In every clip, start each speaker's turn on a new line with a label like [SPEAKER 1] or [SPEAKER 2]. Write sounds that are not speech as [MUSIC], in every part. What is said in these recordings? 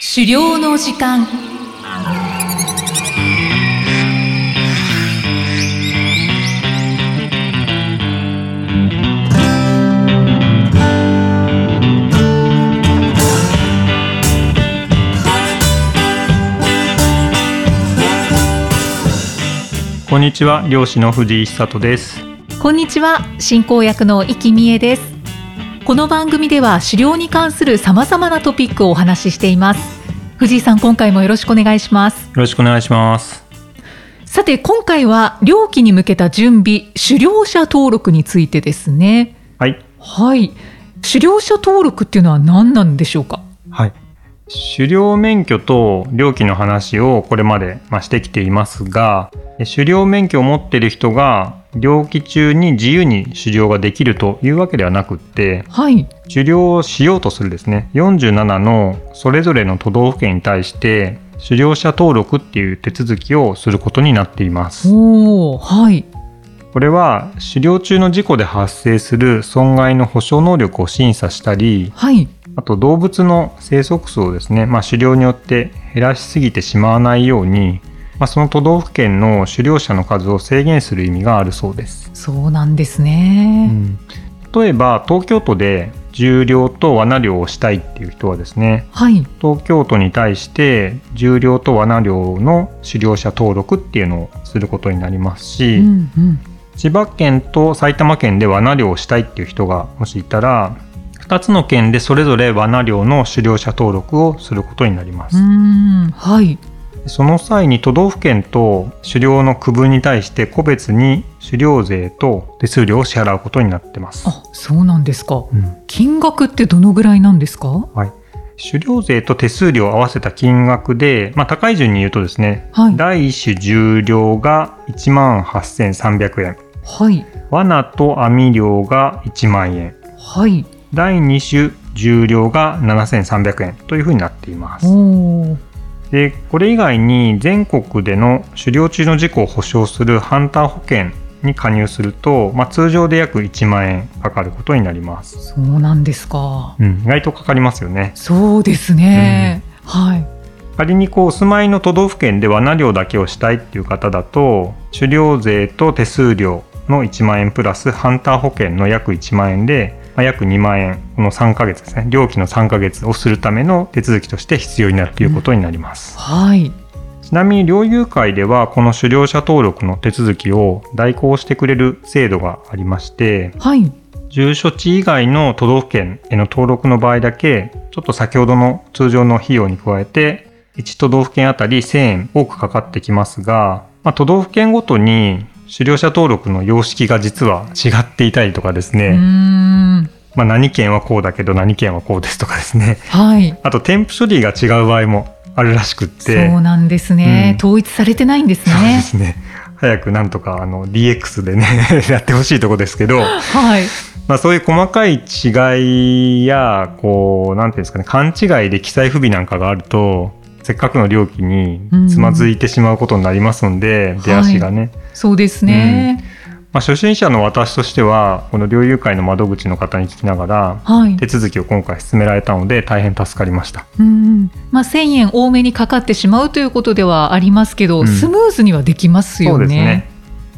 [SPEAKER 1] 狩猟の時間
[SPEAKER 2] こんにちは、漁師の藤井久人です。
[SPEAKER 1] こんにちは進行役の生きみえですこの番組では狩猟に関するさまざまなトピックをお話ししています藤井さん今回もよろしくお願いします
[SPEAKER 2] よろしくお願いします。
[SPEAKER 1] さて今回は猟期に向けた準備狩猟者登録についてですね
[SPEAKER 2] はい。
[SPEAKER 1] はい狩猟者登録っていうのは何なんでしょうか
[SPEAKER 2] はい。狩猟免許と猟期の話をこれまで、まあ、してきていますが、え狩猟免許を持っている人が、猟期中に自由に狩猟ができるというわけではなくって、
[SPEAKER 1] はい
[SPEAKER 2] 狩猟をしようとするですね、47のそれぞれの都道府県に対して、狩猟者登録っていう手続きをすることになっています。
[SPEAKER 1] おおはい
[SPEAKER 2] これは狩猟中の事故で発生する損害の補償能力を審査したり
[SPEAKER 1] はい
[SPEAKER 2] あと動物の生息数をですね、まあ、狩猟によって減らしすぎてしまわないように、まあ、その都道府県の狩猟者の数を制限する意味があるそうです、
[SPEAKER 1] そうなんですね、
[SPEAKER 2] うん例えば東京都で重量と罠漁をしたいっていう人はですね
[SPEAKER 1] はい
[SPEAKER 2] 東京都に対して重量と罠漁の狩猟者登録っていうのをすることになりますし、
[SPEAKER 1] うんうん
[SPEAKER 2] 千葉県と埼玉県で罠漁をしたいっていう人がもしいたら2つの県でそれぞれ罠漁の狩猟者登録をすることになり
[SPEAKER 1] う
[SPEAKER 2] ま
[SPEAKER 1] ー
[SPEAKER 2] す、
[SPEAKER 1] んはい
[SPEAKER 2] その際に都道府県と狩猟の区分に対して個別に狩猟税と手数料を支払うことになってます、
[SPEAKER 1] あそうなんですか
[SPEAKER 2] うん
[SPEAKER 1] 金額ってどのぐらいなんですか
[SPEAKER 2] はい、狩猟税と手数料を合わせた金額で、まあ、高い順に言うとですね、
[SPEAKER 1] はい
[SPEAKER 2] 第1種重量が1万8300円
[SPEAKER 1] はい
[SPEAKER 2] 罠と網漁が1万円
[SPEAKER 1] はい
[SPEAKER 2] 第2種重量が7300円というふうになっていま
[SPEAKER 1] お
[SPEAKER 2] す
[SPEAKER 1] お
[SPEAKER 2] でこれ以外に全国での狩猟中の事故を保障するハンター保険に加入すると、まあ、通常で約1万円かかることになります、
[SPEAKER 1] そうなんですか
[SPEAKER 2] うん、意外とかかりますよね
[SPEAKER 1] そうですね、はい
[SPEAKER 2] 仮にこうお住まいの都道府県で罠漁だけをしたいっていう方だと狩猟税と手数料の1万円プラスハンター保険の約1万円で、まあ、約2万円この3ヶ月ですね漁期の3ヶ月をするための手続きとして必要になるということになります、
[SPEAKER 1] はい
[SPEAKER 2] ちなみに猟友会ではこの狩猟者登録の手続きを代行してくれる制度がありまして
[SPEAKER 1] はい
[SPEAKER 2] 住所地以外の都道府県への登録の場合だけちょっと先ほどの通常の費用に加えて1都道府県あたり1000円多くかかってきますが、まあ、都道府県ごとに狩猟者登録の様式が実は違っていたりとかですね、
[SPEAKER 1] うーん
[SPEAKER 2] まあ、何県はこうだけど何県はこうですとかですね
[SPEAKER 1] はい
[SPEAKER 2] あと添付処理が違う場合もあるらしくって
[SPEAKER 1] そうなんですね、
[SPEAKER 2] うん
[SPEAKER 1] 統一されてないんです
[SPEAKER 2] そうで
[SPEAKER 1] ね
[SPEAKER 2] すね早くなんとかあの DX でね [LAUGHS] やってほしいとこですけど
[SPEAKER 1] はい
[SPEAKER 2] まあ、そういう細かい違いやこうなんていうんですかね勘違いで記載不備なんかがあるとせっかくの料金につまずいてしまうことになりますので、出足がね、
[SPEAKER 1] そうですね、
[SPEAKER 2] まあ、初心者の私としてはこの猟友会の窓口の方に聞きながら
[SPEAKER 1] はい
[SPEAKER 2] 手続きを今回進められたので大変助かりました
[SPEAKER 1] うんまあ、1000円多めにかかってしまうということではありますけど、
[SPEAKER 2] うん
[SPEAKER 1] スムーズにはできます
[SPEAKER 2] そ
[SPEAKER 1] よ
[SPEAKER 2] う
[SPEAKER 1] ね。
[SPEAKER 2] ですね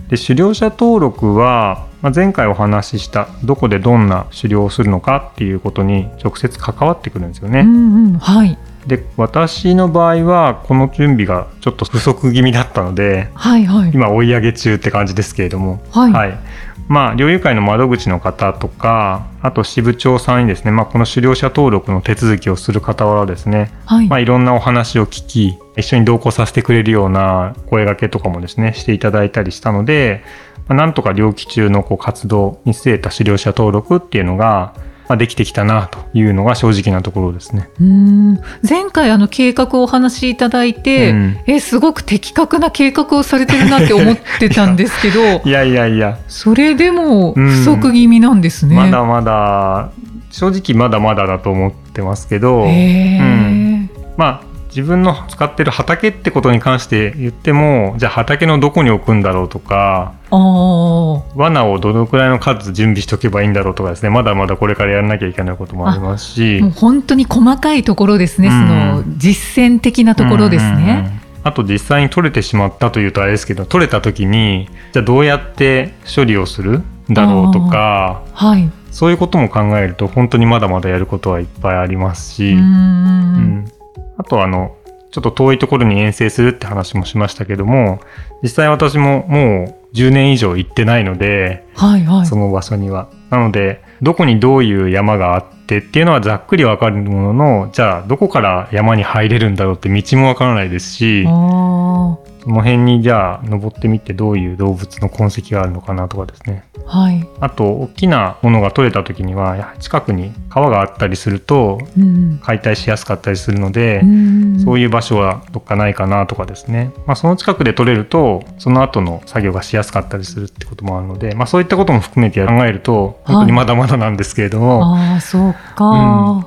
[SPEAKER 2] で狩猟者登録は、まあ、前回お話ししたどこでどんな狩猟をするのかっていうことに直接関わってくるんですよね、
[SPEAKER 1] うんうん、はい、
[SPEAKER 2] で私の場合はこの準備がちょっと不足気味だったので
[SPEAKER 1] はい、はい、
[SPEAKER 2] 今追い上げ中って感じですけれども、
[SPEAKER 1] はい、
[SPEAKER 2] まあ猟友会の窓口の方とかあと支部長さんにですね、まあ、この狩猟者登録の手続きをする傍らですね、
[SPEAKER 1] はい、
[SPEAKER 2] まあ、いろんなお話を聞き一緒に同行させてくれるような声掛けとかもですねしていただいたりしたので、まあ、なんとか猟期中のこう活動に据えた狩猟者登録っていうのが、まあ、できてきたなというのが正直なところですね。
[SPEAKER 1] うん前回あの計画をお話しいただいて、
[SPEAKER 2] うん
[SPEAKER 1] えすごく的確な計画をされてるなって思ってたんですけど
[SPEAKER 2] [LAUGHS] いやいやいや
[SPEAKER 1] それでも
[SPEAKER 2] うん
[SPEAKER 1] 不足気味なんですね。
[SPEAKER 2] まだまだ正直まだまだだと思ってますけど、
[SPEAKER 1] へー
[SPEAKER 2] まあ自分の使ってる畑ってことに関して言ってもじゃあ畑のどこに置くんだろうとか
[SPEAKER 1] あーお
[SPEAKER 2] 罠をどのくらいの数準備しておけばいいんだろうとかですねまだまだこれからやらなきゃいけないこともありますし
[SPEAKER 1] もう本当に細かいところですね、
[SPEAKER 2] うん
[SPEAKER 1] その実践的なところです
[SPEAKER 2] うんうんう
[SPEAKER 1] ね。
[SPEAKER 2] んあと実際に取れてしまったというとあれですけど取れた時にじゃあどうやって処理をするんだろうとか
[SPEAKER 1] はい、
[SPEAKER 2] そういうことも考えると本当にまだまだやることはいっぱいあります
[SPEAKER 1] う
[SPEAKER 2] し、
[SPEAKER 1] ー
[SPEAKER 2] うんんあとあのちょっと遠いところに遠征するって話もしましたけども実際私ももう10年以上行ってないので、
[SPEAKER 1] はいはい
[SPEAKER 2] その場所には。なのでどこにどういう山があってっていうのはざっくりわかるもののじゃあどこから山に入れるんだろうって道もわからないですし
[SPEAKER 1] あ
[SPEAKER 2] その辺にじゃあ登ってみてどういう動物の痕跡があるのかなとかですね。
[SPEAKER 1] ーはい、
[SPEAKER 2] あと大きなものが取れた時にはやはり近くに川があったりすると
[SPEAKER 1] うん
[SPEAKER 2] 解体しやすかったりするので、
[SPEAKER 1] うん
[SPEAKER 2] そういう場所はどっかないかなとかですね、まあ、その近くで取れるとその後の作業がしやすかったりするってこともあるので、まあ、そういったことも含めて考えると
[SPEAKER 1] はい
[SPEAKER 2] 本当にまだまだなんですけれども、
[SPEAKER 1] ああそうか、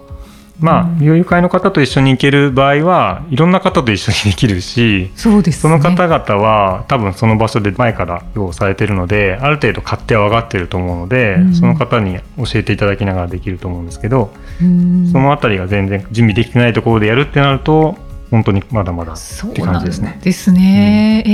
[SPEAKER 2] ま
[SPEAKER 1] うん
[SPEAKER 2] あ猟友会の方と一緒に行ける場合はいろんな方と一緒にできるし。
[SPEAKER 1] そうです、ね、
[SPEAKER 2] その方々は多分その場所で前から用をされてるのである程度勝手は分かってると思うので、
[SPEAKER 1] うん
[SPEAKER 2] その方に教えていただきながらできると思うんですけど、
[SPEAKER 1] うん
[SPEAKER 2] その辺りが全然準備できてないところでやるってなると本当にまだまだ
[SPEAKER 1] そう
[SPEAKER 2] って
[SPEAKER 1] な
[SPEAKER 2] 感
[SPEAKER 1] ん
[SPEAKER 2] じ
[SPEAKER 1] で
[SPEAKER 2] です
[SPEAKER 1] すね。
[SPEAKER 2] ね
[SPEAKER 1] え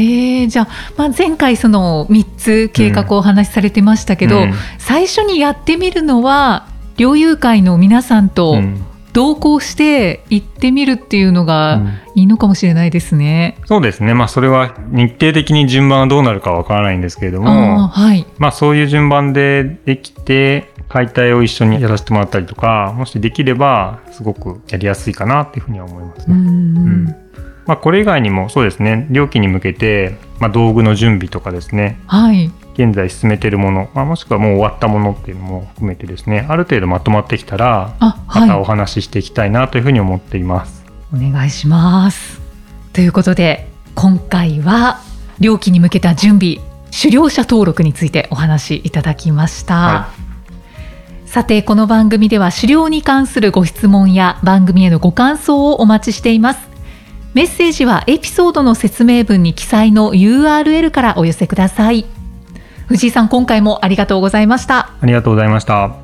[SPEAKER 1] ーじゃあ、まあ、前回その3つ計画をお話しされてましたけど、
[SPEAKER 2] うん
[SPEAKER 1] 最初にやってみるのは猟友会の皆さんと
[SPEAKER 2] うん
[SPEAKER 1] 同行して行ってみるっていうの
[SPEAKER 2] う
[SPEAKER 1] が
[SPEAKER 2] ん
[SPEAKER 1] いいのかもしれないですね。
[SPEAKER 2] そうですねまあそれは日程的に順番はどうなるかわからないんですけれど
[SPEAKER 1] ああ
[SPEAKER 2] も
[SPEAKER 1] はい、
[SPEAKER 2] まあそういう順番でできて解体を一緒にやらせてもらったりとかもしできればすごくやりやすいかなっていうふうには思います
[SPEAKER 1] う
[SPEAKER 2] ね。
[SPEAKER 1] ん
[SPEAKER 2] うんまあ、これ以外にもそうですね料金に向けて、まあ、道具の準備とかですね
[SPEAKER 1] はい
[SPEAKER 2] 現在進めてるもの、まあ、もしくはもう終わったものっていうのも含めてですねある程度まとまってきたら
[SPEAKER 1] あは
[SPEAKER 2] ま
[SPEAKER 1] い、
[SPEAKER 2] たお話ししていきたいなというふうに思っています。
[SPEAKER 1] お願いします。ということで今回は猟期に向けた準備狩猟者登録についてお話しいただきました。
[SPEAKER 2] は
[SPEAKER 1] さてこの番組では狩猟に関するご質問や番組へのご感想をお待ちしていますメッセージはエピソードの説明文に記載の URL からお寄せください藤井さん今回もありがとうございました
[SPEAKER 2] ありがとうございました。